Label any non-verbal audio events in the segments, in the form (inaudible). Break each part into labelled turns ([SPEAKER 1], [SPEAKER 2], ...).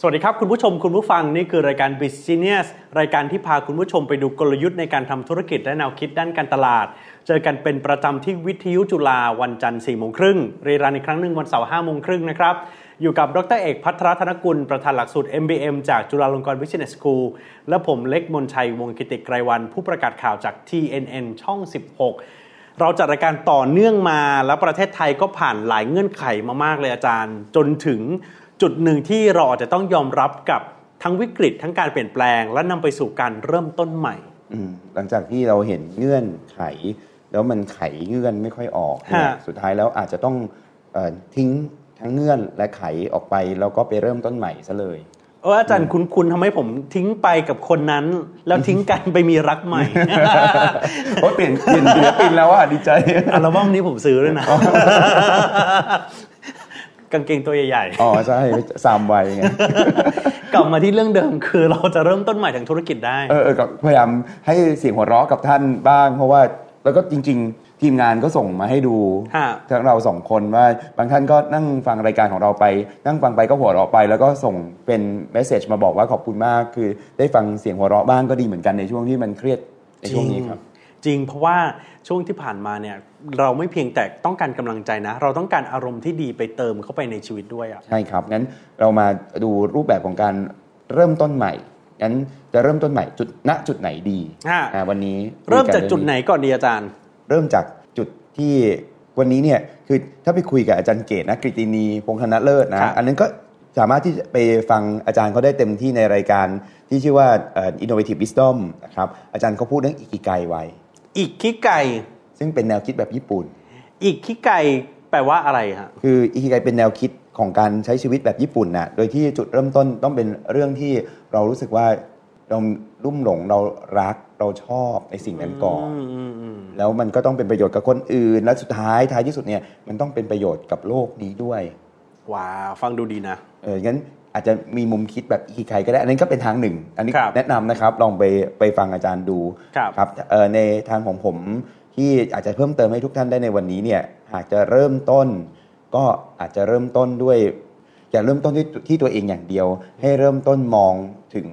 [SPEAKER 1] สวัสดีครับ คุณผู้ชมคุณผู้ฟังนี่คือรายการ b u s i n e s s รายการที่พาคุณผู้ชมไปดูกลยุทธ์ในการทำธุรกิจและแนวคิดด้านการตลาด เจอกันเป็นประจำที่วิทยุจุฬาวันจันทร์4โมงครึ่งรีรันอีกครั้งหนึ่งวันเสาร์5โมงครึ่งนะครับ อยู่กับดรเอกพัทรธนกุล ประธานหลักสูตร MBM จากจุฬาลงกรณ์ Business School และผมเล็กมนชัยวงศ์กิติไกรวัน ผู้ประกาศข่าวจาก TNN ช่อง 16 เราจัดรายการต่อเนื่องมาแล้วประเทศไทยก็ผ่านหลายเงื่อนไขมามากเลยอาจารย์ จนถึงจุดหนึ่งที่เราอาจจะต้องยอมรับกับทั้งวิกฤตทั้งการเปลี่ยนแปลง และนำไปสู่การเริ่มต้นใหม่
[SPEAKER 2] อืมหลังจากที่เราเห็นเงื่อนไข แล้วมันไขเงื่อนไม่ค่อยออกเนี่ย
[SPEAKER 1] ฮะ
[SPEAKER 2] สุดท้ายแล้วอาจจะต้องเออทิ้งทั้งเงื่อนและไขออกไปแล้วก็ไปเริ่มต้นใหม่ซะเลย
[SPEAKER 1] เอออาจารย์คุณคุณทำให้ผมทิ้งไปกับคนนั้น แล้วทิ้งกันไปมีรักใหม่ (laughs)
[SPEAKER 2] โอ้ยเปลี่ยนเปลี่ยนศิลปินแล้วอ่ะดีใจ
[SPEAKER 1] อัลบั้มนี้ผมซื้อด้วยนะ (laughs) กางเกงตัวใหญ่ๆ
[SPEAKER 2] อ๋อใช่สามวัยไง
[SPEAKER 1] กลับมาที่เรื่องเดิมคือเราจะเริ่มต้นใหม่ทางธุรกิจได้
[SPEAKER 2] เออเออก็พยายามให้เสียงหัวเราะกับท่านบ้าง เพราะว่าแล้วก็จริง ๆ ทีมงานก็ส่งมาให้ดู
[SPEAKER 1] ฮะ
[SPEAKER 2] ทั้งเราสองคนว่าบางท่านก็นั่งฟังรายการของเราไป นั่งฟังไปก็หัวเราะไป แล้วก็ส่งเป็นเมสเซจมาบอกว่าขอบคุณมาก คือได้ฟังเสียงหัวเราะบ้างก็ดีเหมือนกันในช่วงที่มันเครียดในช่วงนี้ครับ
[SPEAKER 1] จริงเพราะว่าช่วงที่ผ่านมาเนี่ยเราไม่เพียงแต่ต้องการกำลังใจนะ เราต้องการอารมณ์ที่ดีไปเติมเข้าไปในชีวิตด้วยอะ
[SPEAKER 2] ใช่ครับ งั้นเรามาดูรูปแบบของการเริ่มต้นใหม่ งั้นจะเริ่มต้นใหม่จุดณจุดไหนดี
[SPEAKER 1] อ่ะ
[SPEAKER 2] อ่าวันนี้
[SPEAKER 1] เริ่มจากจุด
[SPEAKER 2] คุยนอง
[SPEAKER 1] ไหนก่อนดีอาจารย์
[SPEAKER 2] เริ่มจากจุดที่วันนี้เนี่ยคือถ้าไปคุยกับอาจารย์เกตนะกฤตินีพงษ์ธนเลิศ
[SPEAKER 1] ครับ
[SPEAKER 2] นะอันนั้นก็สามารถที่จะไปฟังอาจารย์เขาได้เต็มที่ในรายการที่ชื่อว่าเอ่อ innovative wisdom นะครับอาจารย์เขาพูดเรื่องอิกิไกไว้
[SPEAKER 1] อิกคิไก่
[SPEAKER 2] ซึ่งเป็นแนวคิดแบบญี่ปุ่น
[SPEAKER 1] อิกคิไก่แปลว่าอะไรฮะ
[SPEAKER 2] คืออิกิไกเป็นแนวคิดของการใช้ชีวิตแบบญี่ปุ่นนะโดยที่จุดเริ่มต้นต้องเป็นเรื่องที่เรารู้สึกว่าเราลุ่มหลงเรารักเราชอบในสิ่งนั้นก่อน
[SPEAKER 1] อืมอืมอืม
[SPEAKER 2] แล้วมันก็ต้องเป็นประโยชน์กับคนอื่น และสุดท้ายท้ายที่สุดเนี่ยมันต้องเป็นประโยชน์กับโลกนี้ด้วย
[SPEAKER 1] ว้าว ฟังดูดีนะ
[SPEAKER 2] เอองั้นอาจจะมีมุมคิดแบบอีกใครก็ได้ อันนั้นก็เป็นทางหนึ่ง อันนี้
[SPEAKER 1] ครับ
[SPEAKER 2] แนะนำนะครับ ลองไปไปฟังอาจารย์ดู
[SPEAKER 1] ครับ
[SPEAKER 2] ครับเออในทางของผมที่อาจจะเพิ่มเติมให้ทุกท่านได้ในวันนี้เนี่ยหากจะเริ่มต้น ก็อาจจะเริ่มต้นด้วย อย่าเริ่มต้นที่ที่ตัวเองอย่างเดียว ให้เริ่มต้นมองถึง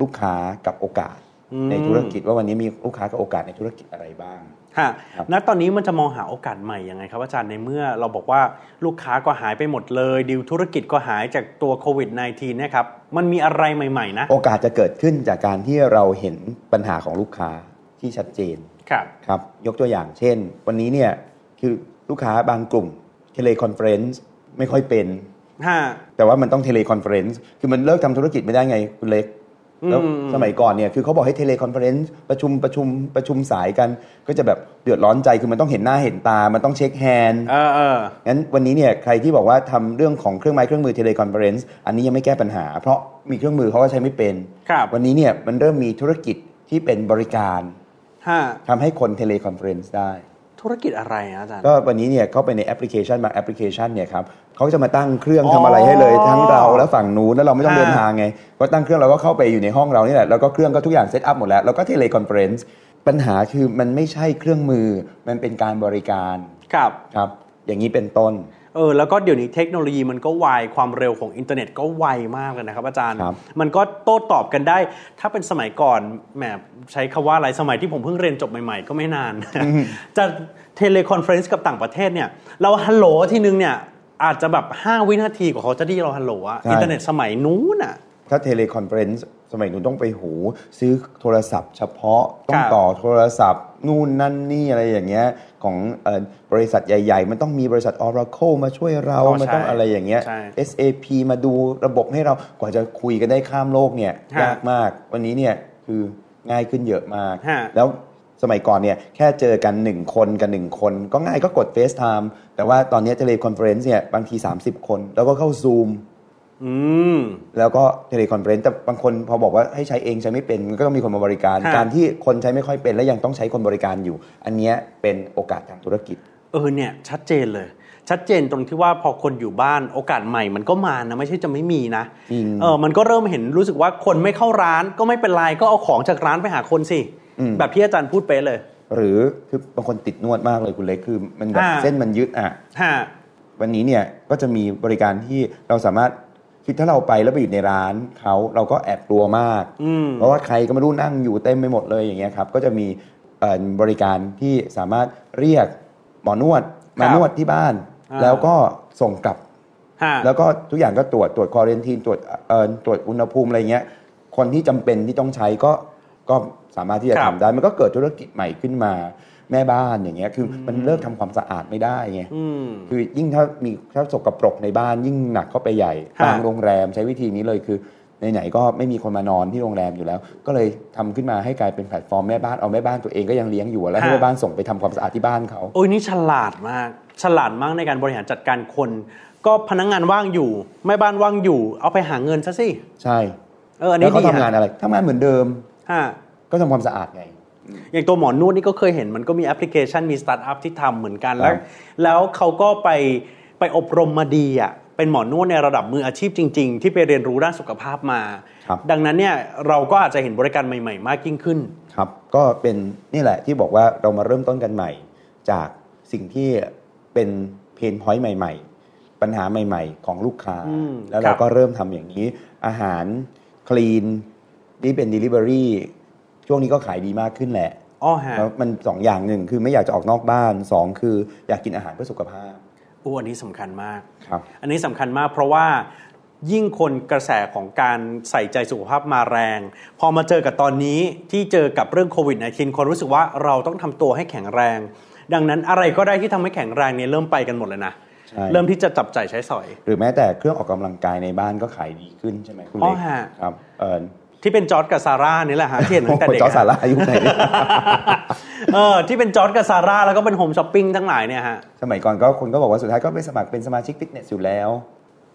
[SPEAKER 2] ลูกค้ากับโอกาส
[SPEAKER 1] อืม
[SPEAKER 2] ในธุรกิจว่าวันนี้มีลูกค้ากับโอกาสในธุรกิจอะไรบ้าง
[SPEAKER 1] ฮะ
[SPEAKER 2] ครับ
[SPEAKER 1] ณตอนนี้มันจะมองหาโอกาสใหม่ยังไงครับอาจารย์ในเมื่อเราบอกว่าลูกค้าก็หายไปหมดเลยดิวธุรกิจก็หายจากตัวโควิด -19 เนะครับมันมีอะไรใหม่ ๆ นะ
[SPEAKER 2] โอกาสจะเกิดขึ้นจากการที่เราเห็นปัญหาของลูกค้าที่ชัดเจน
[SPEAKER 1] ครับ
[SPEAKER 2] ครับยกตัวอย่างเช่น วันนี้เนี่ยคือลูกค้าบางกลุ่มเทเลคอนเฟรนซ์ไม่ค่อยเป็น
[SPEAKER 1] ฮะ
[SPEAKER 2] แต่ว่ามันต้องเทเลคอนเฟรนซ์คือมันเลิกทำธุรกิจไม่ได้ไงคุณเล็ก
[SPEAKER 1] อืม
[SPEAKER 2] แล้วสมัยก่อนเนี่ยคือเขาบอกให้เทเลคอนเฟรนซ์ประชุมประชุมประชุมสายกัน ก็จะแบบเดือดร้อนใจคือมันต้องเห็นหน้าเห็นตา มันต้องเช็คแฮนด์
[SPEAKER 1] เออเออ
[SPEAKER 2] งั้นวันนี้เนี่ยใครที่บอกว่าทำเรื่องของเครื่องไม้เครื่องมือเทเลคอนเฟรนซ์อันนี้ยังไม่แก้ปัญหา เพราะมีเครื่องมือเขาก็ใช้ไม่เป็น
[SPEAKER 1] ครับ
[SPEAKER 2] วันนี้เนี่ยมันเริ่มมีธุรกิจที่เป็นบริการ
[SPEAKER 1] ฮะ
[SPEAKER 2] ทำให้คนเทเลคอนเฟรนซ์ได้
[SPEAKER 1] ธุรกิจอะไรอะอาจารย์
[SPEAKER 2] ก็วันนี้เนี่ยเข้าไปในแอปพลิเคชันบางแอปพลิเคชันเนี่ยครับเขาจะมาตั้งเครื่อง
[SPEAKER 1] อ๋อ
[SPEAKER 2] ทำอะไรให้เลยทั้งเราและฝั่งนู้นแล้วเราไม่ต้อง
[SPEAKER 1] อ่า
[SPEAKER 2] เดินทางไงก็ตั้งเครื่องเราก็เข้าไปอยู่ในห้องเรานี่แหละแล้วก็เครื่องก็ทุกอย่างเซตอัพหมดแล้วแล้วก็เทเลคอนเฟรนซ์ปัญหาคือมันไม่ใช่เครื่องมือมันเป็นการบริการ
[SPEAKER 1] ครับ
[SPEAKER 2] ครับอย่างนี้เป็นต้น
[SPEAKER 1] เออแล้วก็เดี๋ยวนี้เทคโนโลยีมันก็ไวความเร็วของอินเทอร์เน็ตก็ไวมากเลยนะครับ อาจารย์
[SPEAKER 2] ครับ
[SPEAKER 1] มันก็โต้ตอบกันได้ ถ้าเป็นสมัยก่อนแหมใช้คำว่าอะไรสมัยที่ผมเพิ่งเรียนจบใหม่ๆ ก็ไม่นาน จะเทเลคอนเฟรนซ์กับต่างประเทศเนี่ยเราฮัลโหลทีนึงเนี่ยอาจจะแบบ 5 วินาทีกว่าเขาจะได้เราฮัลโหลอะอินเทอร์เน็ตสมัยนู้นอะ
[SPEAKER 2] ถ้าเทเลคอนเฟรนซ์สมัยนู้นต้องไปหู ซื้อโทรศัพท์เฉพาะต้
[SPEAKER 1] ค
[SPEAKER 2] อง
[SPEAKER 1] รับ
[SPEAKER 2] ต่อโทรศัพท์ นู่นนั่นนี่อะไรอย่างเงี้ยของเอ่อบริษัทใหญ่ ๆ มันต้องมีบริษัท Oracle มาช่วยเรา
[SPEAKER 1] อ๋อใช่
[SPEAKER 2] มันต้องอะไรอย่างเงี้ย
[SPEAKER 1] ใช่
[SPEAKER 2] SAP มาดูระบบให้เรากว่าจะคุยกันได้ข้ามโลกเนี่ย
[SPEAKER 1] ฮะ
[SPEAKER 2] ยากมาก วันนี้เนี่ยคือง่ายขึ้นเยอะมาก
[SPEAKER 1] ฮะ
[SPEAKER 2] แล้วสมัยก่อนเนี่ยแค่เจอกัน 1 คนกับ 1 คน ก็ง่ายก็กด FaceTime แต่ว่าตอนเนี้เทเลคอนเฟรนซ์เนี่ยบางที 30 คน แล้วก็เข้า Zoom
[SPEAKER 1] อืม
[SPEAKER 2] แล้วก็เทเลคอนเฟรนซ์แต่บางคนพอบอกว่าให้ใช้เองใช้ไม่เป็นมันก็ต้องมีคนมาบริการ
[SPEAKER 1] ฮะ
[SPEAKER 2] การที่คนใช้ไม่ค่อยเป็น และยังต้องใช้คนบริการอยู่ อันเนี้ยเป็นโอกาสทางธุรกิจ
[SPEAKER 1] เออเนี่ยชัดเจนเลย ชัดเจนตรงที่ว่าพอคนอยู่บ้านโอกาสใหม่มันก็มานะไม่ใช่จะไม่มีนะ
[SPEAKER 2] จริง
[SPEAKER 1] เออมันก็เริ่มเห็นรู้สึกว่าคนไม่เข้าร้านก็ไม่เป็นไรก็เอาของจากร้านไปหาคนสิ แบบที่อาจารย์พูดไปะเลย
[SPEAKER 2] หรือคือบางคนติดนวดมากเลยคุณเล็กคือมันแบบ
[SPEAKER 1] ฮะ
[SPEAKER 2] เส้นมันยืดอ่ะ
[SPEAKER 1] ฮะ
[SPEAKER 2] วันนี้เนี่ยก็จะมีบริการที่เราสามารถ คือถ้าเราไปแล้วไปอยู่ในร้านเขาเราก็แอบกลัวมาก
[SPEAKER 1] อืม
[SPEAKER 2] เพราะว่าใครก็ไม่รู้นั่งอยู่เต็มไปหมดเลยอย่างเงี้ยครับ ก็จะมีเอ่อบริการที่สามารถเรียกหมอนวด
[SPEAKER 1] ครั
[SPEAKER 2] มา
[SPEAKER 1] บ
[SPEAKER 2] นวดที่บ้าน
[SPEAKER 1] อ่า
[SPEAKER 2] แล้วก็ส่งกลับ
[SPEAKER 1] ฮะ
[SPEAKER 2] แล้วก็ทุกอย่างก็ตรวจตรวจควอเรนทีนตรวจเอ่อตรวจอุณหภูมิอะไรเงี้ย คนที่จำเป็นที่ต้องใช้ก็ก็สามารถที่จะ
[SPEAKER 1] ครั
[SPEAKER 2] ทำ
[SPEAKER 1] บ
[SPEAKER 2] ได้มันก็เกิดธุรกิจใหม่ขึ้นมาแม่บ้านอย่างเงี้ยคืออ
[SPEAKER 1] ม
[SPEAKER 2] มันเลิกทำความสะอาดไม่ได้ไง
[SPEAKER 1] อืม
[SPEAKER 2] คือยิ่งถ้ามีถ้าสกปรกในบ้านยิ่งหนักเข้าไปใหญ่
[SPEAKER 1] ฮะ
[SPEAKER 2] บางโรงแรมใช้วิธีนี้เลยคือไหนๆก็ไม่มีคนมานอนที่โรงแรมอยู่แล้ว ก็เลยทำขึ้นมาให้กลายเป็นแพลตฟอร์มแม่บ้านเอาแม่บ้านตัวเองก็ยังเลี้ยงอยู่แล้วให้แม่บ้านส่งไปทำความสะอาดที่บ้านเขา
[SPEAKER 1] โอ้ยนี่ฉลาดมาก ฉลาดมากในการบริหารจัดการคน ก็พนักงานว่างอยู่แม่บ้านว่างอยู่ เอาไปหาเงินซะสิ
[SPEAKER 2] ใช่
[SPEAKER 1] เอออัน
[SPEAKER 2] แล้ว
[SPEAKER 1] นี้
[SPEAKER 2] เขา
[SPEAKER 1] ดี
[SPEAKER 2] ทำงานอะไรทำงานเหมือนเดิม
[SPEAKER 1] ฮะ
[SPEAKER 2] ก็ทำความสะอาดไง
[SPEAKER 1] อย่างตัวหมอนวดนี่ก็เคยเห็นมันก็มีแอปพลิเคชันมีสตาร์ทอัพที่ทำเหมือนกัน
[SPEAKER 2] ครั
[SPEAKER 1] แล้ว
[SPEAKER 2] บ
[SPEAKER 1] แล้วเขาก็ไปไปอบรมมาดีอ่ะเป็นหมอนวดในระดับมืออาชีพจริง ๆ ที่ไปเรียนรู้ด้านสุขภาพมา
[SPEAKER 2] ครับ
[SPEAKER 1] ดังนั้นเนี่ยเราก็อาจจะเห็นบริการใหม่ ๆ มากยิ่งขึ้น
[SPEAKER 2] ครับก็เป็นนี่แหละที่บอกว่าเรามาเริ่มต้นกันใหม่ จากสิ่งที่เป็นเพนพอยต์ใหม่ ๆ ปัญหาใหม่ ๆ ของลูกค้า
[SPEAKER 1] อืม
[SPEAKER 2] แล้ว
[SPEAKER 1] ค
[SPEAKER 2] เรา
[SPEAKER 1] รับ
[SPEAKER 2] ก็เริ่มทำอย่างนี้ อาหารคลีนนี่เป็น Delivery ช่วงนี้ก็ขายดีมากขึ้นแหละ
[SPEAKER 1] ้อฮะ
[SPEAKER 2] แล้วมันสองอย่างหนึ่งคือไม่อยากจะออกนอกบ้านสองคืออยากกินอาหารเพื่อสุขภาพ
[SPEAKER 1] อู้อันนี้สำคัญมาก
[SPEAKER 2] ครับ
[SPEAKER 1] อันนี้สำคัญมากเพราะว่ายิ่งคนกระแสของการใส่ใจสุขภาพมาแรง พอมาเจอกับตอนนี้ที่เจอกับเรื่องโควิด -19 คนรู้สึกว่าเราต้องทำตัวให้แข็งแรง ดังนั้นอะไรก็ได้ที่ทำให้แข็งแรงเนี่ยเริ่มไปกันหมดเลยนะ
[SPEAKER 2] ใช่
[SPEAKER 1] เริ่มที่จะจับจ่ายใช้สอย
[SPEAKER 2] หรือแม้แต่เครื่องออกกำลังกายในบ้านก็ขายดีขึ้นใช่ไหมคุณเล็ก
[SPEAKER 1] อ๋อฮะ
[SPEAKER 2] ครับเออ
[SPEAKER 1] ที่เป็นจอร์ดกับซาร่านี่แห
[SPEAKER 2] (laughs)
[SPEAKER 1] ละฮะที่เห็นตั้งแต่เด็ก
[SPEAKER 2] จอ
[SPEAKER 1] อะ
[SPEAKER 2] สาระอายุไหนเนี่ย
[SPEAKER 1] เออที่เป็นจอร์ดกับซาร่าแล้วก็เป็นโฮมช้อปปิ้งทั้งหลายเนี่ยฮะ
[SPEAKER 2] สมัยก่อนก็คนก็บอกว่าสุดท้ายก็ไปสมัครเป็นสมาชิกฟิตเนสอยู่แล้ว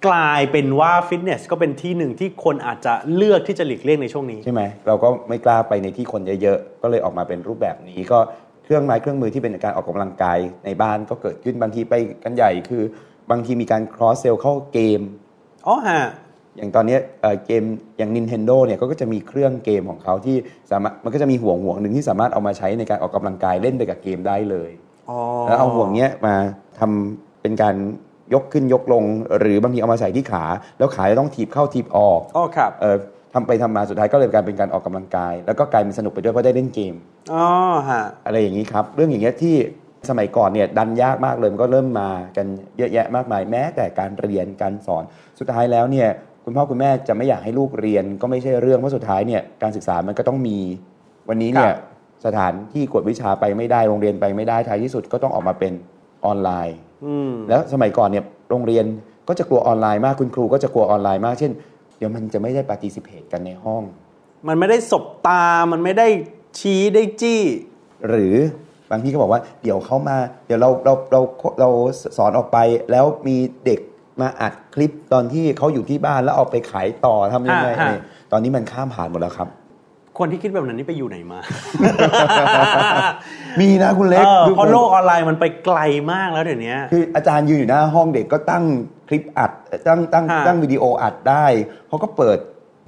[SPEAKER 1] กลายเป็นว่าฟิตเนสก็เป็นที่หนึ่งที่คนอาจจะเลือกที่จะหลีกเลี่ยงในช่วงนี้
[SPEAKER 2] ใช่ไหมเราก็ไม่กล้าไปในที่คนเยอะๆ ก็เลยออกมาเป็นรูปแบบนี้ก็เครื่องไม้เครื่องมือที่เป็นการออกกำลังกายในบ้านก็เกิดขึ้นบางทีไปกันใหญ่คือบางทีมีการ cross sell เข้าเกม
[SPEAKER 1] อ๋อฮะ
[SPEAKER 2] อย่างตอนเนี้ยเอ่อเกมอย่าง Nintendo เนี่ยก็จะมีเครื่องเกมของเขาที่สามารถมันก็จะมีห่วงห่วงหนึ่งที่สามารถเอามาใช้ในการออกกำลังกายเล่นไปกับเกมได้เลย
[SPEAKER 1] อ๋อ
[SPEAKER 2] แล้วเอาห่วงเนี้ยมาทำเป็นการยกขึ้นยกลง หรือบางทีเอามาใส่ที่ขา แล้วขาจะต้องถีบเข้าถีบออก
[SPEAKER 1] อ๋อครับ
[SPEAKER 2] เอ่อทำไปทำมาสุดท้ายก็เลยกลายเป็นการออกกำลังกาย แล้วก็กลายเป็นสนุกไปด้วยเพราะได้เล่นเกม
[SPEAKER 1] อ๋อฮะ
[SPEAKER 2] อะไรอย่างนี้ครับ เรื่องอย่างเงี้ยที่สมัยก่อนเนี่ยดันยากมากเลยมันก็เริ่มมากันเยอะแยะมากมายแม้แต่การเรียนการสอน สุดท้ายแล้วเนี่ยคุณพ่อคุณแม่จะไม่อยากให้ลูกเรียนก็ไม่ใช่เรื่องเพราะสุดท้ายเนี่ยการศึกษามันก็ต้องมีวันนี้
[SPEAKER 1] ค
[SPEAKER 2] เนี่ย
[SPEAKER 1] รับ
[SPEAKER 2] สถานที่กวดวิชาไปไม่ได้โรงเรียนไปไม่ได้ท้ายที่สุดก็ต้องออกมาเป็นออนไลน์
[SPEAKER 1] อืม
[SPEAKER 2] แล้วสมัยก่อนเนี่ยโรงเรียนก็จะกลัวออนไลน์มากคุณครูก็จะกลัวออนไลน์มาก เช่น เดี๋ยวมันจะไม่ได้ปฏิสิเพตกันในห้อง
[SPEAKER 1] มันไม่ได้สบตา มันไม่ได้ชี้ได้จี้
[SPEAKER 2] หรือบางที่ก็บอกว่าเดี๋ยวเขามาเดี๋ยวเราเราเราเราสอนออกไปแล้วมีเด็กมาอัดคลิปตอนที่เขาอยู่ที่บ้านแล้วเอาไปขายต่อทำยังไง
[SPEAKER 1] อ่าฮะ
[SPEAKER 2] เนี่ยตอนนี้มันข้ามผ่านหมดแล้วครับ
[SPEAKER 1] คนที่คิดแบบนั้นนี่ไปอยู่ไหนมา
[SPEAKER 2] มีนะคุณ
[SPEAKER 1] เอ
[SPEAKER 2] (laughs) เล็ก
[SPEAKER 1] อ
[SPEAKER 2] ดู
[SPEAKER 1] เพราะโลกออนไลน์มันไปไกลมากแล้วเดี๋ยวนี้
[SPEAKER 2] คืออาจารย์ยืนอยู่หน้าห้องเด็กก็ตั้งคลิปอัดตั้งตั้ง
[SPEAKER 1] ฮะ
[SPEAKER 2] ตั้งวิดีโออัดได้เขาก็เปิด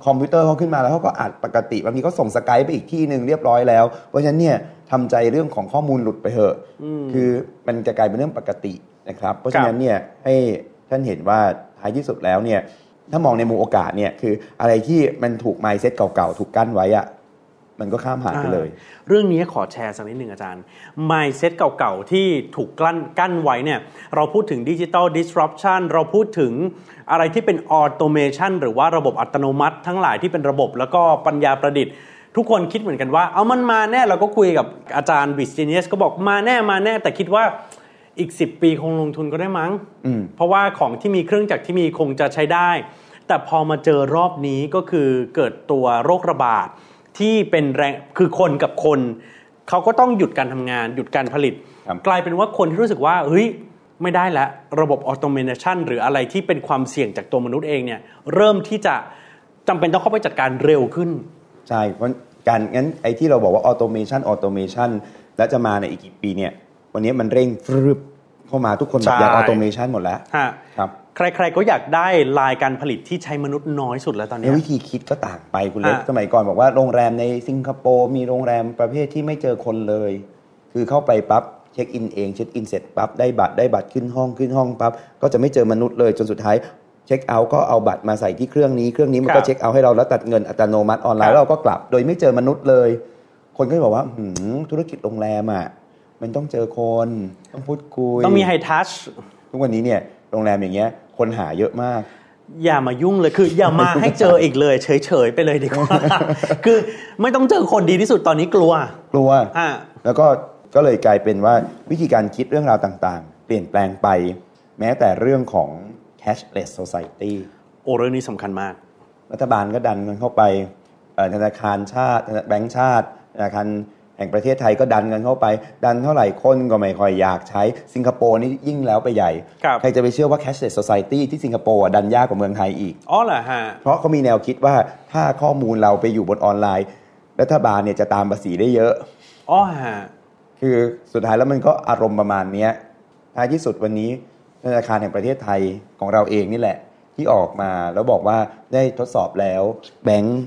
[SPEAKER 2] คอมพิวเตอร์เขาขึ้นมาแล้วเขาก็อัดปกติบางทีก็ส่งสกายไปอีกที่หนึ่งเรียบร้อยแล้ว เพราะฉะนั้นเนี่ยทำใจเรื่องของข้อมูลหลุดไปเถอะ
[SPEAKER 1] ม
[SPEAKER 2] คือมันจะกลายเป็นเรื่องปกตินะครับ เพราะ
[SPEAKER 1] ครั
[SPEAKER 2] ฉะ
[SPEAKER 1] บ
[SPEAKER 2] นั้นเนี่ยให้ท่านเห็นว่าท้ายที่สุดแล้วเนี่ยถ้ามองในมุมโอกาสเนี่ยคืออะไรที่มันถูกไมเซ็ตเก่าๆ ถูกกั้นไว้อะมันก็ข้ามผ่านไปเลย
[SPEAKER 1] อ่าเรื่องนี้ขอแชร์สักนิดหนึ่งอาจารย์ mindset เก่าๆ ที่ถูกกลั้นกั้นไว้เนี่ยเราพูดถึงดิจิ t a ล disruption เราพูดถึงอะไรที่เป็น automation หรือว่าระบบอัตโนมัติ ทั้งหลายที่เป็นระบบแล้วก็ปัญญาประดิษฐ์ ทุกคนคิดเหมือนกันว่า เอามันมาแน่เราก็คุยกับอาจารย์บิส n เนสก็บอกมาแน่มาแน่ แต่คิดว่าอีก 10 ปีคงลงทุนก็ได้มั้ง
[SPEAKER 2] อืม
[SPEAKER 1] เพราะว่าของที่มีเครื่องจักรที่มีคงจะใช้ได้ แต่พอมาเจอรอบนี้ก็คือเกิดตัวโรคระบาดที่เป็นแรงคือคนกับคน เขาก็ต้องหยุดการทำงาน หยุดการผลิต
[SPEAKER 2] ครับ
[SPEAKER 1] กลายเป็นว่าคนที่รู้สึกว่าเฮ้ยไม่ได้แล้วระบบออโตเมชันหรืออะไรที่เป็นความเสี่ยงจากตัวมนุษย์เองเนี่ยเริ่มที่จะจำเป็นต้องเข้าไปจัดการเร็วขึ้น
[SPEAKER 2] ใช่เพราะการงั้นไอ้ที่เราบอกว่าออโตเมชันออโตเมชันแล้วจะมาในอีกกี่ปีเนี่ยวันนี้มันเร่งฟรึบเข้ามาทุกคนแบบอยาก
[SPEAKER 1] ใช่
[SPEAKER 2] ออโตเมชันหมดแล้ว
[SPEAKER 1] ฮะ
[SPEAKER 2] ครับ
[SPEAKER 1] ใครๆก็อยากได้ลายการผลิตที่ใช้มนุษย์น้อยสุดแล้วตอน
[SPEAKER 2] ใน
[SPEAKER 1] เนี้ย
[SPEAKER 2] วิธีคิดก็ต่างไปคุณเล็ก
[SPEAKER 1] อ่า
[SPEAKER 2] สมัยก่อนบอกว่าโรงแรมในสิงคโปร์มีโรงแรมประเภทที่ไม่เจอคนเลย คือเข้าไปปั๊บเช็คอินเองเช็คอินเสร็จปั๊บได้บัตรได้บัตรขึ้นห้องขึ้นห้องปั๊บก็จะไม่เจอมนุษย์เลยจนสุดท้าย เช็คเอาท์ก็เอาบัตรมาใส่ที่เครื่องนี้เครื่องนี้มัน
[SPEAKER 1] ครั
[SPEAKER 2] ก็
[SPEAKER 1] บ
[SPEAKER 2] เช็คเอาท์ให้เราแล้วตัดเงินอัตโนมัติออนไล
[SPEAKER 1] ครั
[SPEAKER 2] น์
[SPEAKER 1] บ
[SPEAKER 2] แล้วเราก็กลับ โดยไม่เจอมนุษย์เลย คนก็จะบอกว่าหืมธุรกิจโรงแรมอ่ะมันต้องเจอคนต้องพูดคุย
[SPEAKER 1] ต้องมีไฮทัช
[SPEAKER 2] ทุกวันนี้เนี่ยโรงแรมอย่างเงี้ยคนหาเยอะมาก
[SPEAKER 1] อย่ามายุ่งเลยคือ อย่ามาให้เจออีกเลย เฉยๆไปเลยดีกว่า (laughs) คือไม่ต้องเจอคนดีที่สุดตอนนี้กลัว
[SPEAKER 2] กลัว
[SPEAKER 1] อ่า
[SPEAKER 2] แล้วก็ก็เลยกลายเป็นว่าวิธีการคิดเรื่องราวต่างๆ เปลี่ยนแปลงไป แม้แต่เรื่องของ cashless society
[SPEAKER 1] โอ้เรื่องนี้สำคัญมาก
[SPEAKER 2] รัฐบาลก็ดันกันเข้าไปเอ่อธนาคารชาติแบงก์ชาติธนาคารแห่งประเทศไทยก็ดันกันเข้าไป ดันเท่าไหร่คนก็ไม่ค่อยอยากใช้สิงคโปร์นี่ยิ่งแล้วไปใหญ่
[SPEAKER 1] ครับ
[SPEAKER 2] ใครจะไปเชื่อว่า cashless society ที่สิงคโปร์อะดันยากกว่าเมืองไทยอีก
[SPEAKER 1] อ๋อเหรอฮะ
[SPEAKER 2] เพราะเขามีแนวคิดว่าถ้าข้อมูลเราไปอยู่บนออนไลน์ รัฐบาลเนี่ยจะตามภาษีได้เยอะ
[SPEAKER 1] อ๋อฮะ
[SPEAKER 2] คือสุดท้ายแล้วมันก็อารมณ์ประมาณเนี้ยท้ายที่สุดวันนี้ธนาคารแห่งประเทศไทยของเราเองนี่แหละ ที่ออกมาแล้วบอกว่าได้ทดสอบแล้วแบงก์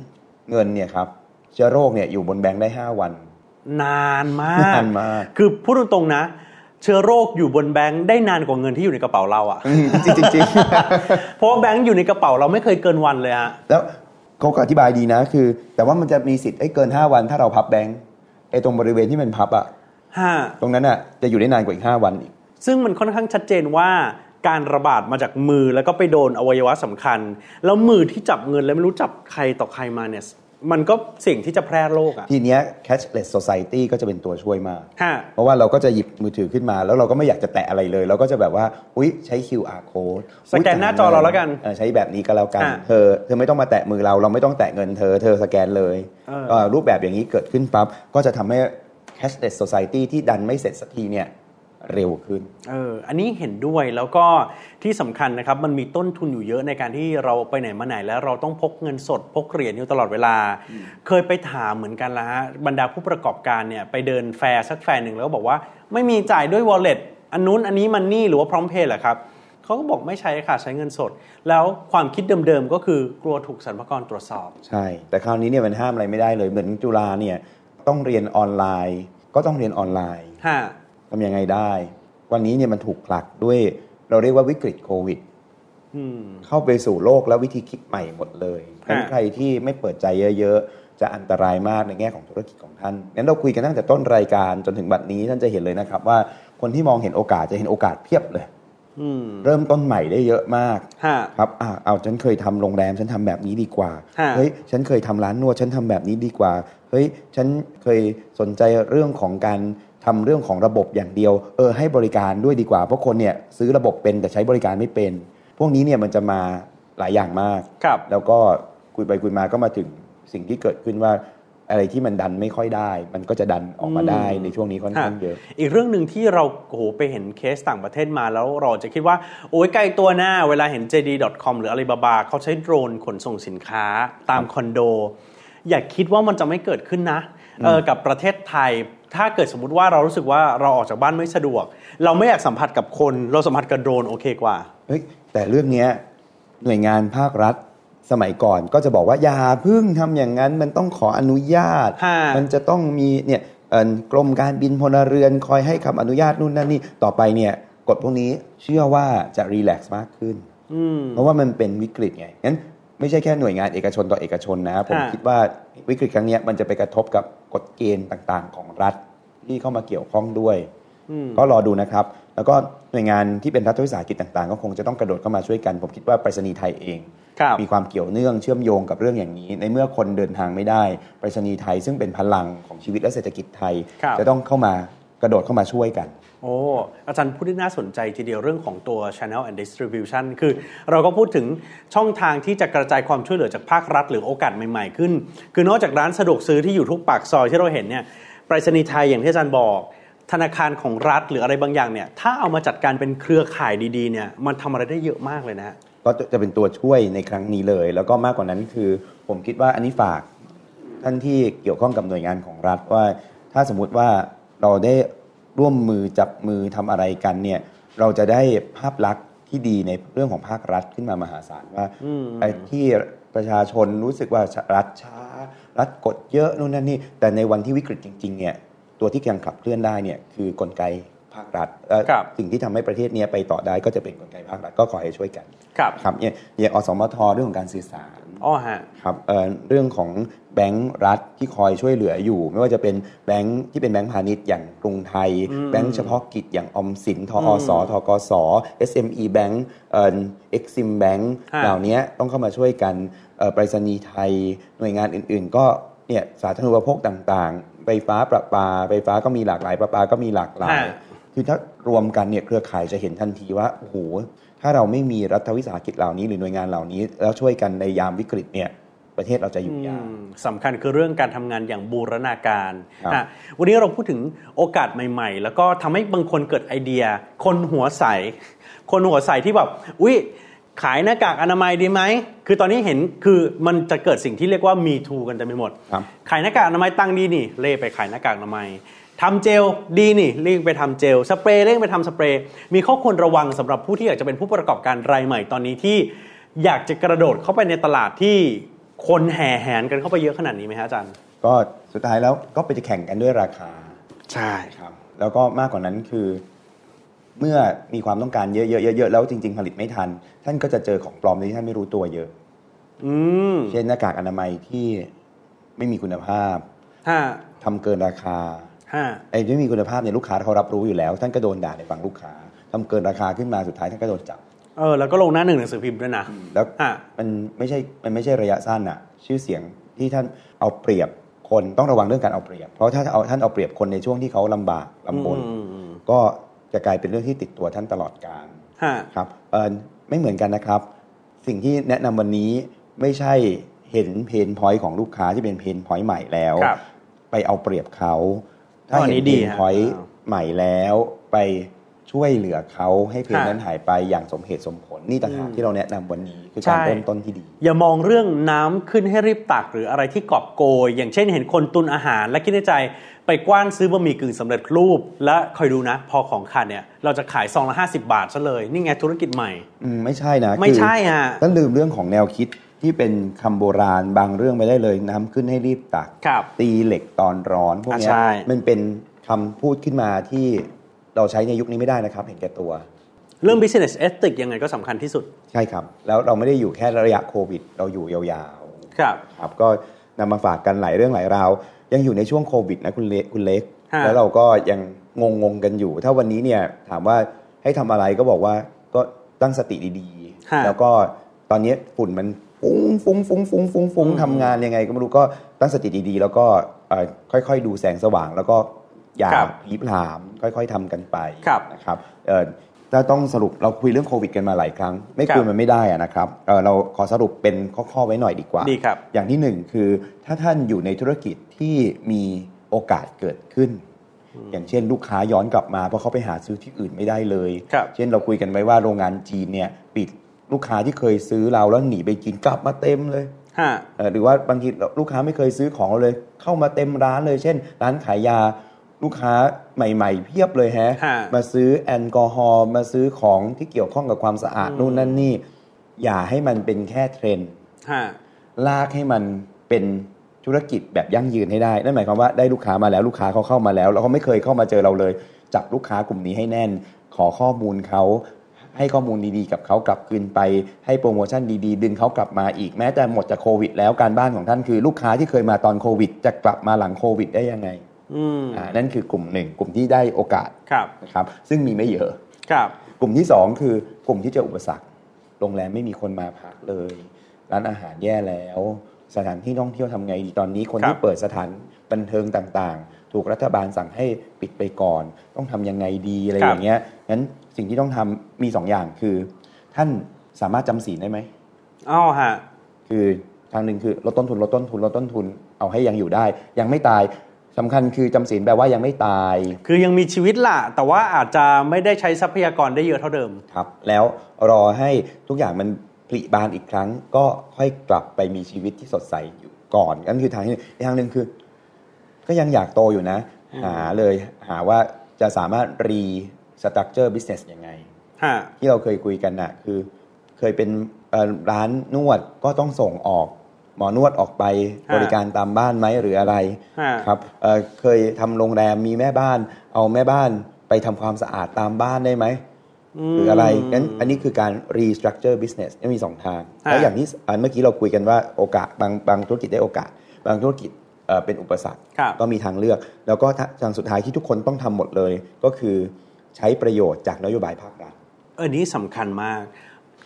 [SPEAKER 2] เงินเนี่ยครับเชื้อโรคเนี่ยอยู่บนแบงก์ได้ 5 วัน
[SPEAKER 1] นานมาก
[SPEAKER 2] นานมาก
[SPEAKER 1] คือพูดตรงๆนะ เชื้อโรคอยู่บนแบงค์ได้นานกว่าเงินที่อยู่ในกระเป๋าเราอะ
[SPEAKER 2] อืมจริงจริง
[SPEAKER 1] เพราะว่าแบงค์อยู่ในกระเป๋าเราไม่เคยเกินวันเลยฮะ
[SPEAKER 2] ๆ (laughs) แล้วเขาก็อธิบายดีนะคือ แต่ว่ามันจะมีสิทธิ์ไอ้เกิน 5 วัน ถ้าเราพับแบงก์ไอ้ตรงบริเวณที่มันพับอะ
[SPEAKER 1] ฮะ
[SPEAKER 2] ตรงนั้นอะจะอยู่ได้นานกว่าอีก 5 วันอีก
[SPEAKER 1] ซึ่งมันค่อนข้างชัดเจนว่าการระบาดมาจากมือแล้วก็ไปโดนอวัยวะสำคัญ แล้วมือที่จับเงินแล้วไม่รู้จับใครต่อใครมาเนี่ย มันก็เสี่ยงที่จะแพร่โรคอะ
[SPEAKER 2] ทีเนี้ย cashless society ก็จะเป็นตัวช่วยมาก
[SPEAKER 1] ฮะ
[SPEAKER 2] เพราะว่าเราก็จะหยิบมือถือขึ้นมา แล้วเราก็ไม่อยากจะแตะอะไรเลย เราก็จะแบบว่า อุ๊ย ใช้ QR code
[SPEAKER 1] สแกนหน้าจอเราแล้วกัน
[SPEAKER 2] เออใช้แบบนี้ก็แล้วกัน
[SPEAKER 1] อ่ะ
[SPEAKER 2] เธอ เธอไม่ต้องมาแตะมือเรา เราไม่ต้องแตะเงินเธอ เธอสแกนเลย
[SPEAKER 1] เออ
[SPEAKER 2] เอ่อรูปแบบอย่างนี้เกิดขึ้นปั๊บ ก็จะทำให้ cashless society ที่ดันไม่เสร็จสักทีเนี่ยเร็วขึ้น
[SPEAKER 1] เออ อันนี้เห็นด้วยแล้วก็ที่สำคัญนะครับ มันมีต้นทุนอยู่เยอะในการที่เราไปไหนมาไหนแล้วเราต้องพกเงินสดพกเหรียญอยู่ตลอดเวลา เคยไปถามเหมือนกันละฮะบรรดาผู้ประกอบการเนี่ยไปเดินแฟร์สักแฟร์หนึ่งแล้วก็บอกว่าไม่มีจ่ายด้วย wallet อันนู้นอันนี้มันนี่หรือว่าพร้อมเพย์เหรอครับเขาก็บอกไม่ใช้ค่ะใช้เงินสด แล้วความคิดเดิมๆก็คือกลัวถูกสรรพากรตรวจสอบ
[SPEAKER 2] ใช่ แต่คราวนี้เนี่ยมันห้ามอะไรไม่ได้เลย เหมือนจุฬาเนี่ยต้องเรียนออนไลน์ ก็ต้องเรียนออนไลน์
[SPEAKER 1] ฮะ
[SPEAKER 2] ทำยังไงได้ วันนี้เนี่ยมันถูกผลักด้วย เราเรียกว่าวิกฤตโควิด
[SPEAKER 1] อืม
[SPEAKER 2] เข้าไปสู่โลกและวิธีคิดใหม่หมดเลย
[SPEAKER 1] ฮะ
[SPEAKER 2] งั้นใครที่ไม่เปิดใจเยอะๆ จะอันตรายมากในแง่ของธุรกิจของท่าน งั้นเราคุยกันตั้งแต่ต้นรายการจนถึงบัดนี้ท่านจะเห็นเลยนะครับว่าคนที่มองเห็นโอกาสจะเห็นโอกาสเพียบเลย
[SPEAKER 1] อืม
[SPEAKER 2] เริ่มต้นใหม่ได้เยอะมาก
[SPEAKER 1] ฮะ
[SPEAKER 2] ครับอ่ะเอาฉันเคยทำโรงแรมฉันทำแบบนี้ดีกว่า
[SPEAKER 1] ฮะ
[SPEAKER 2] เฮ้ยฉันเคยทำร้านนวดฉันทำแบบนี้ดีกว่า เฮ้ยฉันเคยสนใจเรื่องของการทำเรื่องของระบบอย่างเดียว เออให้บริการด้วยดีกว่า เพราะคนเนี่ยซื้อระบบเป็นแต่ใช้บริการไม่เป็น พวกนี้เนี่ยมันจะมาหลายอย่างมาก
[SPEAKER 1] ครับ
[SPEAKER 2] แล้วก็คุยไปคุยมาก็มาถึงสิ่งที่เกิดขึ้นว่าอะไรที่มันดันไม่ค่อยได้ มันก็จะดันออกมาได้
[SPEAKER 1] อืม
[SPEAKER 2] ในช่วงนี้ค่อนข้างเยอะ
[SPEAKER 1] อีกเรื่องหนึ่งที่เราโอ้โหไปเห็นเคสต่างประเทศมาแล้วเราจะคิดว่า โอ้ยไกลตัวหน้า เวลาเห็น JD.com หรือ Alibaba เขาใช้โดรนขนส่งสินค้าตามคอนโด อย่าคิดว่ามันจะไม่เกิดขึ้นนะเออกับประเทศไทย ถ้าเกิดสมมติว่าเรารู้สึกว่าเราออกจากบ้านไม่สะดวก เราไม่อยากสัมผัสกับคน เราสัมผัสกับโดรนโอเคกว่า
[SPEAKER 2] เฮ้ยแต่เรื่องเนี้ยหน่วยงานภาครัฐสมัยก่อนก็จะบอกว่าอย่าเพึ่งทำอย่างนั้นมันต้องขออนุญาต
[SPEAKER 1] ฮะ
[SPEAKER 2] มันจะต้องมีเนี่ยเอิ่นกรมการบินพลเรือนคอยให้คำอนุญาตนู่นนั่นนี่ต่อไปเนี่ยกฎพวกนี้เชื่อว่าจะรีแลกซ์มากขึ้น
[SPEAKER 1] อืม
[SPEAKER 2] เพราะว่ามันเป็นวิกฤตไงงั้นไม่ใช่แค่หน่วยงานเอกชนต่อเอกชนนะ ผม
[SPEAKER 1] ฮะ
[SPEAKER 2] คิดว่าวิกฤตครั้งเนี้ยมันจะไปกระทบกับกฎเกณฑ์ต่างๆ ของรัฐที่เข้ามาเกี่ยวข้องด้วย
[SPEAKER 1] อืม
[SPEAKER 2] ก็รอดูนะครับ แล้วก็หน่วยงานที่เป็นรัฐวิสาหกิจต่างๆ ก็คงจะต้องกระโดดเข้ามาช่วยกัน ผมคิดว่าไปรษณีย์ไทยเอง
[SPEAKER 1] ครับ
[SPEAKER 2] มีความเกี่ยวเนื่องเชื่อมโยงกับเรื่องอย่างนี้ ในเมื่อคนเดินทางไม่ได้ไปรษณีย์ไทย ซึ่งเป็นพลังของชีวิตและเศรษฐกิจไทย
[SPEAKER 1] ครับ
[SPEAKER 2] จะต้องเข้ามากระโดดเข้ามาช่วยกัน
[SPEAKER 1] โอ้อาจารย์พูดได้น่าสนใจทีเดียวเรื่องของตัว Channel and Distribution คือเราก็พูดถึงช่องทางที่จะกระจายความช่วยเหลือจากภาครัฐ หรือโอกาสใหม่ๆขึ้น คือนอกจากร้านสะดวกซื้อที่อยู่ทุกปากซอยที่เราเห็นเนี่ยไปรษณีย์ไทยอย่างที่อาจารย์บอก ธนาคารของรัฐหรืออะไรบางอย่างเนี่ยถ้าเอามาจัดการเป็นเครือข่ายดีๆเนี่ยมันทำอะไรได้เยอะมากเลยนะฮะ
[SPEAKER 2] ก็จะเป็นตัวช่วยในครั้งนี้เลย แล้วก็มากกว่านั้นคือ ผมคิดว่าอันนี้ฝากท่านที่เกี่ยวข้องกับหน่วยงานของรัฐว่า ถ้าสมมุติว่าเราได้ร่วมมือจับมือทำอะไรกันเนี่ยเราจะได้ภาพลักษณ์ที่ดีในเรื่องของภาครัฐขึ้นมามหาศาลว่า
[SPEAKER 1] อืม
[SPEAKER 2] ไอ้ที่ประชาชนรู้สึกว่ารัฐช้า รัฐกดเยอะนู่นนั่นนี่แต่ในวันที่วิกฤตจริงๆเนี่ยตัวที่ยังขับเคลื่อนได้เนี่ยคือกลไกภ าครัฐเอ่อ
[SPEAKER 1] ครับ
[SPEAKER 2] สิ่งที่ทำให้ประเทศเนี้ยไปต่อได้ก็จะเป็นกลไกภาครัฐก็ขอให้ช่วยกัน
[SPEAKER 1] ครับ
[SPEAKER 2] ครับอย่างอย่างอสมทเรื่องของการสื่อสาร
[SPEAKER 1] อ้อฮะ
[SPEAKER 2] ครับเอ่อเรื่องของแบงก์รัฐที่คอยช่วยเหลืออยู่ ไม่ว่าจะเป็นแบงก์ที่เป็นแบงก์พาณิชย์อย่างกรุงไทย
[SPEAKER 1] อืม
[SPEAKER 2] แบงก์เฉพาะกิจอย่างออมสินทอ
[SPEAKER 1] อื
[SPEAKER 2] ส
[SPEAKER 1] ม
[SPEAKER 2] ทกส SME แบงก์เอ็กซิมแบงก์
[SPEAKER 1] ฮะ
[SPEAKER 2] เหล่านี้ต้องเข้ามาช่วยกันเอ่อไปรษณีย์ไทยหน่วยงานอื่นๆ ก็เนี่ยสาธารณูปโภคต่างๆ ไฟฟ้าประปา ไฟฟ้าก็มีหลากหลายประปาก็มีหลากหลาย คือถ้ารวมกันเนี่ยเครือข่ายจะเห็นทันทีว่าโอ้โหถ้าเราไม่มีรัฐวิสาหกิจเหล่านี้หรือหน่วยงานเหล่านี้ แล้วช่วยกันในยามวิกฤตเนี่ยประเทศเราจะอยู่ยาก
[SPEAKER 1] อืมสำคัญคือเรื่องการทำงานอย่างบูรณาการ
[SPEAKER 2] ครับ
[SPEAKER 1] อ่ะวันนี้เราพูดถึงโอกาสใหม่ ๆ แล้วก็ทำให้บางคนเกิดไอเดีย คนหัวใส (laughs) คนหัวใสที่แบบอุ๊ยขายหน้ากากอนามัยดีไหมคือตอนนี้เห็นคือมันจะเกิดสิ่งที่เรียกว่ามีทูกันเต็มไปหมด
[SPEAKER 2] ครับ
[SPEAKER 1] ขายหน้ากากอนามัยตังดีนี่เล่ไปขายหน้ากากอนามัยทำเจลดีนี่เร่งไปทำเจลสเปรย์เร่งไปทำสเปรย์มีข้อควรระวังสำหรับผู้ที่อยากจะเป็นผู้ประกอบการรายใหม่ตอนนี้ที่อยากจะกระโดดเข้าไปในตลาดที่คนแห่แหนกันเข้าไปเยอะขนาดนี้ไหมฮะอาจารย์
[SPEAKER 2] ก็สุดท้ายแล้วก็ไปจะแข่งกันด้วยราคา
[SPEAKER 1] ใช่
[SPEAKER 2] ครับ แล้วก็มากกว่านั้นคือ เมื่อมีความต้องการเยอะๆๆๆแล้วจริง ๆ ผลิตไม่ทัน ท่านก็จะเจอของปลอมที่ท่านไม่รู้ตัวเยอะ
[SPEAKER 1] อืม
[SPEAKER 2] เช่นหน้ากากอนามัยที่ไม่มีคุณภาพ
[SPEAKER 1] ห้า
[SPEAKER 2] ทำเกินราคา
[SPEAKER 1] ห้า
[SPEAKER 2] ไอ้ที่มีคุณภาพเนี่ยลูกค้าเขารับรู้อยู่แล้ว ท่านก็โดนด่าในฝั่งลูกค้าทำเกินราคาขึ้นมาสุดท้ายท่านก็โดนจับ
[SPEAKER 1] เออแล้วก็ลงหน้าหนึ่งหนังสือพิมพ์ด้วยนะ
[SPEAKER 2] แล้ว
[SPEAKER 1] ฮะ
[SPEAKER 2] มันไม่ใช่มันไม่ใช่ระยะสั้นอะชื่อเสียงที่ท่านเอาเปรียบคนต้องระวังเรื่องการเอาเปรียบ เพราะถ้าเอาท่านเอาเปรียบคนในช่วงที่เขาลำบากลำบน
[SPEAKER 1] อืมอืม
[SPEAKER 2] ก็จะกลายเป็นเรื่องที่ติดตัวท่านตลอดการ
[SPEAKER 1] ฮะ
[SPEAKER 2] ครับเออไม่เหมือนกันนะครับ สิ่งที่แนะนำวันนี้ไม่ใช่เห็นเพนพอยต์ของลูกค้าที่เป็นเพนพอยต์ใหม่แล้ว
[SPEAKER 1] ครับ
[SPEAKER 2] ไปเอาเปรียบเขา
[SPEAKER 1] อ๋
[SPEAKER 2] ถ้า
[SPEAKER 1] ออัน
[SPEAKER 2] เห็
[SPEAKER 1] นี้
[SPEAKER 2] น
[SPEAKER 1] ดี
[SPEAKER 2] เพน
[SPEAKER 1] ฮะ
[SPEAKER 2] พอยต์
[SPEAKER 1] อ่า
[SPEAKER 2] ใหม่แล้วไปช่วยเหลือเขาให้เพน
[SPEAKER 1] ค่ะ
[SPEAKER 2] นั้นหายไปอย่างสมเหตุสมผล นี่ต่างหาก
[SPEAKER 1] อืม
[SPEAKER 2] ที่เราแนะนำวันนี้คือ
[SPEAKER 1] ใช่
[SPEAKER 2] การเริ่มต้นที่ดี
[SPEAKER 1] อย่ามองเรื่องน้ำขึ้นให้รีบตักหรืออะไรที่กอบโกย อย่างเช่นเห็นคนตุนอาหาร และคิดในใจไปกว้านซื้อบะหมี่กึ่งสำเร็จรูป และคอยดูนะ พอของขาดเนี่ย เราจะขายซองละ 50 บาทซะเลย นี่ไงธุรกิจใหม่
[SPEAKER 2] อืมไม่ใช่นะ
[SPEAKER 1] ไม่ใช่
[SPEAKER 2] คือ
[SPEAKER 1] ฮะ
[SPEAKER 2] ต้องลืมเรื่องของแนวคิดที่เป็นคำโบราณบางเรื่องไม่ได้เลยน้ำขึ้นให้รีบตัก
[SPEAKER 1] ครับ
[SPEAKER 2] ตีเหล็กตอนร้อนพวกเนี้ย
[SPEAKER 1] อ่ะใช่
[SPEAKER 2] มันเป็นคำพูดขึ้นมาที่เราใช้ในยุคนี้ไม่ได้นะครับ เห็นแก่ตัว
[SPEAKER 1] เรื่อง business ethic ยังไงก็สำคัญที่สุด
[SPEAKER 2] ใช่ครับ แล้วเราไม่ได้อยู่แค่ระยะโควิด เราอยู่ยาวๆ
[SPEAKER 1] ครับ
[SPEAKER 2] ครับก็นำมาฝากกันหลายเรื่องหลายราว ยังอยู่ในช่วงโควิดนะคุณเลคุณเล็ก
[SPEAKER 1] ฮะ
[SPEAKER 2] แล้วเราก็ยังงงงๆกันอยู่ ถ้าวันนี้เนี่ยถามว่าให้ทำอะไรก็บอกว่าก็ตั้งสติดีๆ แล้วก็ตอนนี้ฝุ่นมันฟุ้งฟุ้งฟุ้งฟุ้งฟุ้งฟุ้งทำงานยังไงก็ไม่รู้ก็ตั้งสติดีๆ แล้วก็เอ่อค่อยๆ ดูแสงสว่าง แล้วก็อย่า
[SPEAKER 1] ครับ
[SPEAKER 2] ผีผลามค่อย ๆทำกันไป
[SPEAKER 1] ครับ
[SPEAKER 2] นะครับเอ่อถ้าต้องสรุปเราคุยเรื่องโควิดกันมาหลายครั้ง ไม่คุยมันไม่ได้อะนะครับเอ่อเราขอสรุปเป็นข้อๆไว้หน่อยดีกว่า
[SPEAKER 1] ดีครับ
[SPEAKER 2] อย่างที่หนึ่งคือถ้าท่านอยู่ในธุรกิจที่มีโอกาสเกิดขึ้น อย่างเช่นลูกค้าย้อนกลับมาเพราะเขาไปหาซื้อที่อื่นไม่ได้เลย
[SPEAKER 1] ครับ
[SPEAKER 2] เช่นเราคุยกันไว้ว่าโรงงานจีนเนี่ยปิดลูกค้าที่เคยซื้อเราแล้วหนีไปกินกลับมาเต็มเลย
[SPEAKER 1] ฮะ
[SPEAKER 2] เอ่อหรือว่าบางทีลูกค้าไม่เคยซื้อของเราเลย เข้ามาเต็มร้านเลย เช่น ร้านขายยาลูกค้าใหม่ ๆ เพียบเลยแฮะ
[SPEAKER 1] ฮะ
[SPEAKER 2] มาซื้อแอลกอฮอล์มาซื้อของที่เกี่ยวข้องกับความสะอาดนู่นนั่นนี่ อย่าให้มันเป็นแค่เทรนด์
[SPEAKER 1] ฮะ
[SPEAKER 2] ลากให้มันเป็นธุรกิจแบบยั่งยืนให้ได้ นั่นหมายความว่าได้ลูกค้ามาแล้วลูกค้าเขาเข้ามาแล้ว แล้วเขาไม่เคยเข้ามาเจอเราเลย จับลูกค้ากลุ่มนี้ให้แน่น ขอข้อมูลเขาให้ข้อมูลดีๆ กับเขากลับคืนไป ให้โปรโมชั่นดีๆ ดึงเขากลับมาอีกแม้แต่หมดจากโควิด แล้วการบ้านของท่านคือลูกค้าที่เคยมาตอนโควิด จะกลับมาหลังโควิด ได้ยังไง
[SPEAKER 1] อืม
[SPEAKER 2] อ่านั่นคือกลุ่มหนึ่งกลุ่มที่ได้โอกาส
[SPEAKER 1] ครับ
[SPEAKER 2] นะครับซึ่งมีไม่เยอะ
[SPEAKER 1] ครับ
[SPEAKER 2] กลุ่มที่สองคือกลุ่มที่เจออุปสรรค โรงแรมไม่มีคนมาพักเลย ร้านอาหารแย่แล้ว สถานที่ท่องเที่ยวทำไงดีตอนนี้คน
[SPEAKER 1] ครับ
[SPEAKER 2] ที่เปิดสถานบันเทิงต่างๆ ถูกรัฐบาลสั่งให้ปิดไปก่อน ต้องทำยังไงดีอะไรอย่างเงี้ยงั้นสิ่งที่ต้องทำมีสองอย่างคือ ท่านสามารถจำศีลได้ไหม
[SPEAKER 1] อ้าวฮะ
[SPEAKER 2] คือทางหนึ่งคือลดต้นทุนลดต้นทุนลดต้นทุนเอาให้ยังอยู่ได้ ยังไม่ตายสำคัญคือจำศีลแปลว่ายังไม่ตาย
[SPEAKER 1] คือยังมีชีวิตล่ะ แต่ว่าอาจจะไม่ได้ใช้ทรัพยากรได้เยอะเท่าเดิม
[SPEAKER 2] ครับแล้วรอให้ทุกอย่างมันผลิบานอีกครั้ง ก็ค่อยกลับไปมีชีวิตที่สดใสอยู่ก่อนนั่นคือทางที่หนึ่งอีกทางหนึ่งคือ ก็ยังอยากโตอยู่นะ
[SPEAKER 1] อืม
[SPEAKER 2] หาเลยหาว่าจะสามารถรีสตรัคเจอร์บิสเนสยังไง
[SPEAKER 1] ฮะ
[SPEAKER 2] ที่เราเคยคุยกันนะคือเคยเป็นเอ่อร้านนวดก็ต้องส่งออก หมอนวดออกไป
[SPEAKER 1] ฮะ
[SPEAKER 2] บริการตามบ้านไหมหรืออะไร
[SPEAKER 1] ฮะ
[SPEAKER 2] ครับเอ่อเคยทำโรงแรมมีแม่บ้าน เอาแม่บ้าน ไปทำความสะอาดตามบ้านได้ไหม
[SPEAKER 1] ม
[SPEAKER 2] หรืออะไรงั้นอันนี้คือการ restructure business เนี่ยมี 2 ทาง
[SPEAKER 1] ฮะ
[SPEAKER 2] แล้วอย่างที่อันเมื่อกี้เราคุยกันว่าโอกาสบางบางธุรกิจได้โอกาส บางธุรกิจเอ่อเป็นอุปสรรค
[SPEAKER 1] ครับ
[SPEAKER 2] ก็มีทางเลือก แล้วก็ทาทางสุดท้ายที่ทุกคนต้องทำหมดเลย ก็คือใช้ประโยชน์จากนโยบายภาครัฐ
[SPEAKER 1] เออนี้สำคัญมาก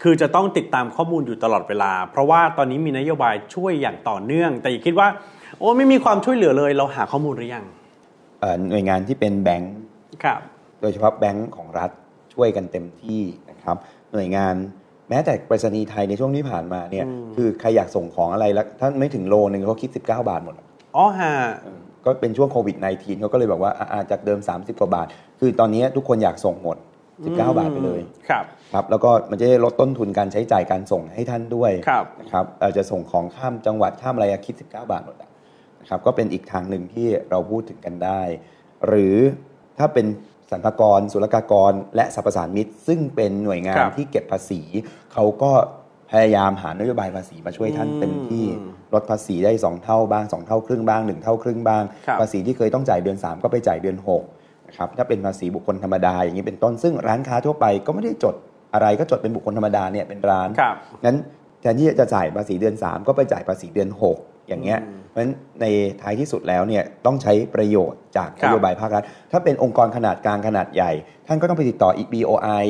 [SPEAKER 1] คือจะต้องติดตามข้อมูลอยู่ตลอดเวลา เพราะว่าตอนนี้มีนโยบายช่วยอย่างต่อเนื่อง แต่อย่าคิดว่า โอ้ไม่มีความช่วยเหลือเลย เราหาข้อมูลหรือยัง
[SPEAKER 2] เอ่อหน่วยงานที่เป็นแบงก์
[SPEAKER 1] ครับ
[SPEAKER 2] โดยเฉพาะแบงก์ของรัฐช่วยกันเต็มที่นะครับหน่วยงานแม้แต่ไปรษณีย์ไทยในช่วงที่ผ่านมาเนี่ย
[SPEAKER 1] อืม
[SPEAKER 2] คือใครอยากส่งของอะไรแล้วถ้าไม่ถึงโลนึงเขาคิด 19 บาทหมด
[SPEAKER 1] อ๋อฮะ
[SPEAKER 2] ก็เป็นช่วงโควิด -19 เขาก็เลยบอกว่าอ่ะอ่ะจากเดิม 30 กว่าบาท คือตอนนี้ทุกคนอยากส่งหมด 19 บาทไปเลย
[SPEAKER 1] ครับ
[SPEAKER 2] ครับแล้วก็มันจะได้ลดต้นทุนการใช้จ่ายการส่งให้ท่านด้วย
[SPEAKER 1] ครับ
[SPEAKER 2] นะครับเราจะส่งของข้ามจังหวัดข้ามอะไรอ่ะคิด 19 บาทหมดอ่ะนะครับก็เป็นอีกทางหนึ่งที่เราพูดถึงกันได้ หรือถ้าเป็นสรรพากรศุลกากร และสรรพสานมิตร ซึ่งเป็นหน่วยงาน
[SPEAKER 1] ครับ
[SPEAKER 2] ที่เก็บภาษี เขาก็พยายามหานโยบายภาษีมาช่วยท่านเต็มที่
[SPEAKER 1] อืม
[SPEAKER 2] ลดภาษีได้ 2 เท่าบ้าง 2 เท่าครึ่งบ้าง 1 เท่าครึ่งบ้าง
[SPEAKER 1] ครับ
[SPEAKER 2] ภาษีที่เคยต้องจ่ายเดือน 3 ก็ไปจ่ายเดือน6นะครับถ้าเป็นภาษีบุคคลธรรมดาอย่างนี้เป็นต้นซึ่งร้านค้าทั่วไปก็ไม่ได้จดอะไรก็จดเป็นบุคคลธรรมดาเนี่ยเป็นร้าน
[SPEAKER 1] ครับ
[SPEAKER 2] งั้นแทนที่จะจ่ายภาษีเดือน 3 ก็ไปจ่ายภาษีเดือน 6 อย่างเงี้ย
[SPEAKER 1] อืม
[SPEAKER 2] เพราะฉะนั้นในท้ายที่สุดแล้วเนี่ยต้องใช้ประโยชน์จาก
[SPEAKER 1] ครั
[SPEAKER 2] น
[SPEAKER 1] บ
[SPEAKER 2] โยบายภาครัฐถ้าเป็นองค์กรขนาดกลางขนาดใหญ่ ท่านก็ต้องไปติดต่อ EBOI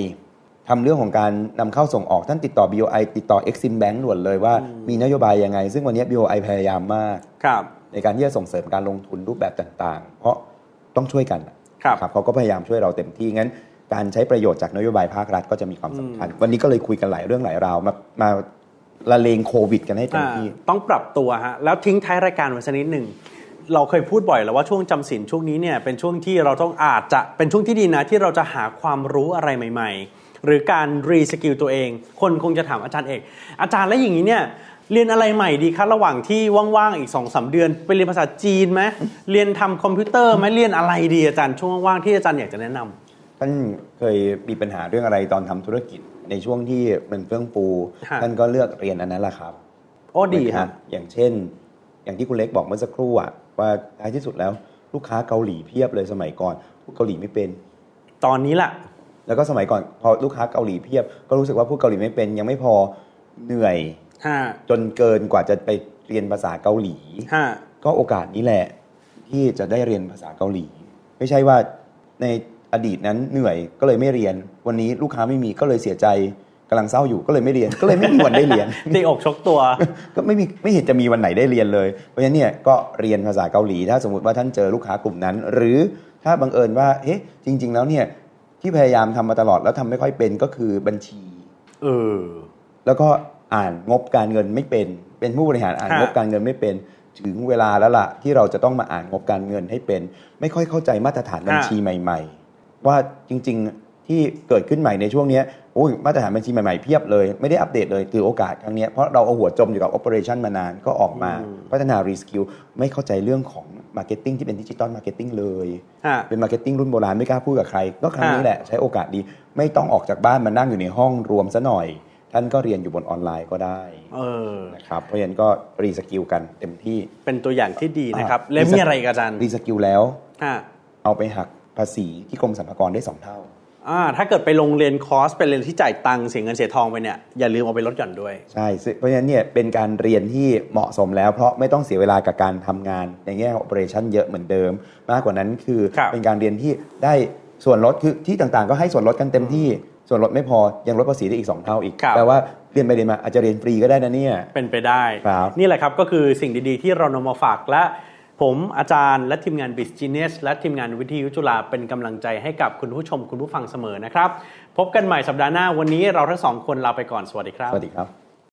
[SPEAKER 2] ทำเรื่องของการนำเข้าส่งออกท่านติดต่อ BOI ติดต่อ Exim Bank ด่วนเลยว่ามีนโยบายยังไง ซึ่งวันนี้ BOI พยายามมาก
[SPEAKER 1] ครับ
[SPEAKER 2] ในการที่จะส่งเสริมการลงทุนรูปแบบต่างๆ เพราะต้องช่วยกันนะครับ เขาก็พยายามช่วยเราเต็มที่งั้น การใช้ประโยชน์จากนโยบายภาครัฐก็จะมีความสำคัญ วันนี้ก็เลยคุยกันหลายเรื่องหลายราวมามาละเลงโควิด กันให้เต็มที่
[SPEAKER 1] อ่าต้องปรับตัวฮะแล้วทิ้งท้ายรายการไว้สักนิดหนึ่ง เราเคยพูดบ่อยแล้วว่าช่วงจำศีลช่วงนี้เนี่ยเป็นช่วงที่เราต้องอาจจะเป็นช่วงที่ดีนะที่เราจะหาความรู้อะไรใหม่ ๆ หรือการรีสกิลตัวเอง คนคงจะถามอาจารย์เอก อาจารย์แล้วอย่างนี้เนี่ยเรียนอะไรใหม่ดีคะระหว่างที่ว่างๆอีก2อสเดือนไปเรียนภาษาจีนไหมเรียนทำคอมพิวเตอร์ไหมเรียนอะไรดีอาจารย์ช่วงว่างๆที่อาจารย์อยากจะแนะนำ
[SPEAKER 2] ท่านเคยมีปัญหาเรื่องอะไรตอนทำธุรกิจ ในช่วงที่มันเฟื่องฟู
[SPEAKER 1] ฮะ
[SPEAKER 2] ท่านก็เลือกเรียนอันนั้นแหละครับ
[SPEAKER 1] โอ้ดี
[SPEAKER 2] นะ
[SPEAKER 1] ฮะ
[SPEAKER 2] อย่างเช่น อย่างที่คุณเล็กบอกเมื่อสักครู่อะว่าท้ายที่สุดแล้วลูกค้าเกาหลีเพียบเลยสมัยก่อนพูดเกาหลีไม่เป็น
[SPEAKER 1] ตอนนี้ล่ะ
[SPEAKER 2] แล้วก็สมัยก่อนพอลูกค้าเกาหลีเพียบ ก็รู้สึกว่าพูดเกาหลีไม่เป็น ยังไม่พอเหนื่อย
[SPEAKER 1] ฮะ
[SPEAKER 2] จนเกินกว่าจะไปเรียนภาษาเกาหลี
[SPEAKER 1] ฮะ
[SPEAKER 2] ก็โอกาสนี้แหละ ที่จะได้เรียนภาษาเกาหลี ไม่ใช่ว่าในอดีตนั้นเหนื่อยก็เลยไม่เรียน วันนี้ลูกค้าไม่มีก็เลยเสียใจกำลังเศร้าอยู่ก็เลยไม่เรียน ก็เลยไม่มีวันได้เรียน
[SPEAKER 1] ตีอกชกตัว
[SPEAKER 2] (laughs) ก็ไม่มีไม่เห็นจะมีวันไหนได้เรียนเลย เพราะฉะนั้นเนี่ยก็เรียนภาษาเกาหลี ถ้าสมมติว่าท่านเจอลูกค้ากลุ่มนั้น หรือถ้าบังเอิญว่าเอ๊ะจริง ๆ แล้วเนี่ยที่พยายามทำมาตลอดแล้วทำไม่ค่อยเป็นก็คือบัญชี
[SPEAKER 1] เออ
[SPEAKER 2] แล้วก็อ่านงบการเงินไม่เป็น เป็นผู้บริหารอ่าน
[SPEAKER 1] ค่ะ
[SPEAKER 2] งบการเงินไม่เป็น ถึงเวลาแล้วล่ะที่เราจะต้องมาอ่านงบการเงินให้เป็น ไม่ค่อยเข้าใจมาตรฐานบัญชีใหม่ ๆ ว่าจริงๆที่เกิดขึ้นใหม่ในช่วงเนี้ยโอ้ยมาตรฐานบัญชีใหม่ๆเพียบเลยไม่ได้อัปเดตเลยถือโอกาสครั้งเนี้ยเพราะเราเอาหัวจมอยู่กับ operation มานานก็ออกมาพัฒนา reskill ไม่เข้าใจเรื่องของ marketing ที่เป็นดิจิตอล marketing เลย
[SPEAKER 1] ฮะ
[SPEAKER 2] เป็นมาร์เก็ตติ้งรุ่นโบราณไม่กล้าพูดกับใคร ก็ครั้งนี้
[SPEAKER 1] ค่ะ
[SPEAKER 2] แหละ ใช้โอกาสดี ไม่ต้องออกจากบ้านมานั่งอยู่ในห้องรวมซะหน่อย ท่านก็เรียนอยู่บนออนไลน์ก็ได้
[SPEAKER 1] เออ
[SPEAKER 2] นะครับเพราะฉะนั้นก็รีสกิลกันเต็มที่
[SPEAKER 1] เป็นตัวอย่างที่ดีนะครับ แล้วมีอะไรอีกอาจารย์
[SPEAKER 2] รีสกิลแล้ว
[SPEAKER 1] ฮะ
[SPEAKER 2] เอาไปหักภาษีที่กรมสรรพากรได้ 2 เท่า
[SPEAKER 1] อ่าถ้าเกิดไปลงเรียนคอร์สไปเรียนที่จ่ายตังค์เสียเงินเสียทองไปเนี่ย อย่าลืมเอาไปลดหย่อนด้วย
[SPEAKER 2] ใช่ซึ่งเพราะฉะนั้นเนี่ยเป็นการเรียนที่เหมาะสมแล้ว เพราะไม่ต้องเสียเวลากับการทำงานในแง่ operation เยอะเหมือนเดิม มากกว่านั้นคือ
[SPEAKER 1] ครับ
[SPEAKER 2] เป็นการเรียนที่ได้ส่วนลดคือที่ต่างๆ ก็ให้ส่วนลดกันเต็มที่ส่วนลดไม่พอยังลดภาษีได้อีก 2 เท่าอีก
[SPEAKER 1] ครับ
[SPEAKER 2] แปลว่าเรียนไปเรียนมาอาจจะเรียนฟรีก็ได้นะเนี่ย
[SPEAKER 1] เป็นไปได้
[SPEAKER 2] ครับ
[SPEAKER 1] นี่แหละครับก็คือสิ่งดีๆ ที่เรานำมาฝากและผมอาจารย์และทีมงาน b i z g e n e s s และทีมงานวิทยุจุฬาเป็นกำลังใจให้กับคุณผู้ชมคุณผู้ฟังเสมอนะครับ พบกันใหม่สัปดาห์หน้าวันนี้เราทั้งสองคนลาไปก่อนสวัสดีครับ
[SPEAKER 2] สวัสดีครับ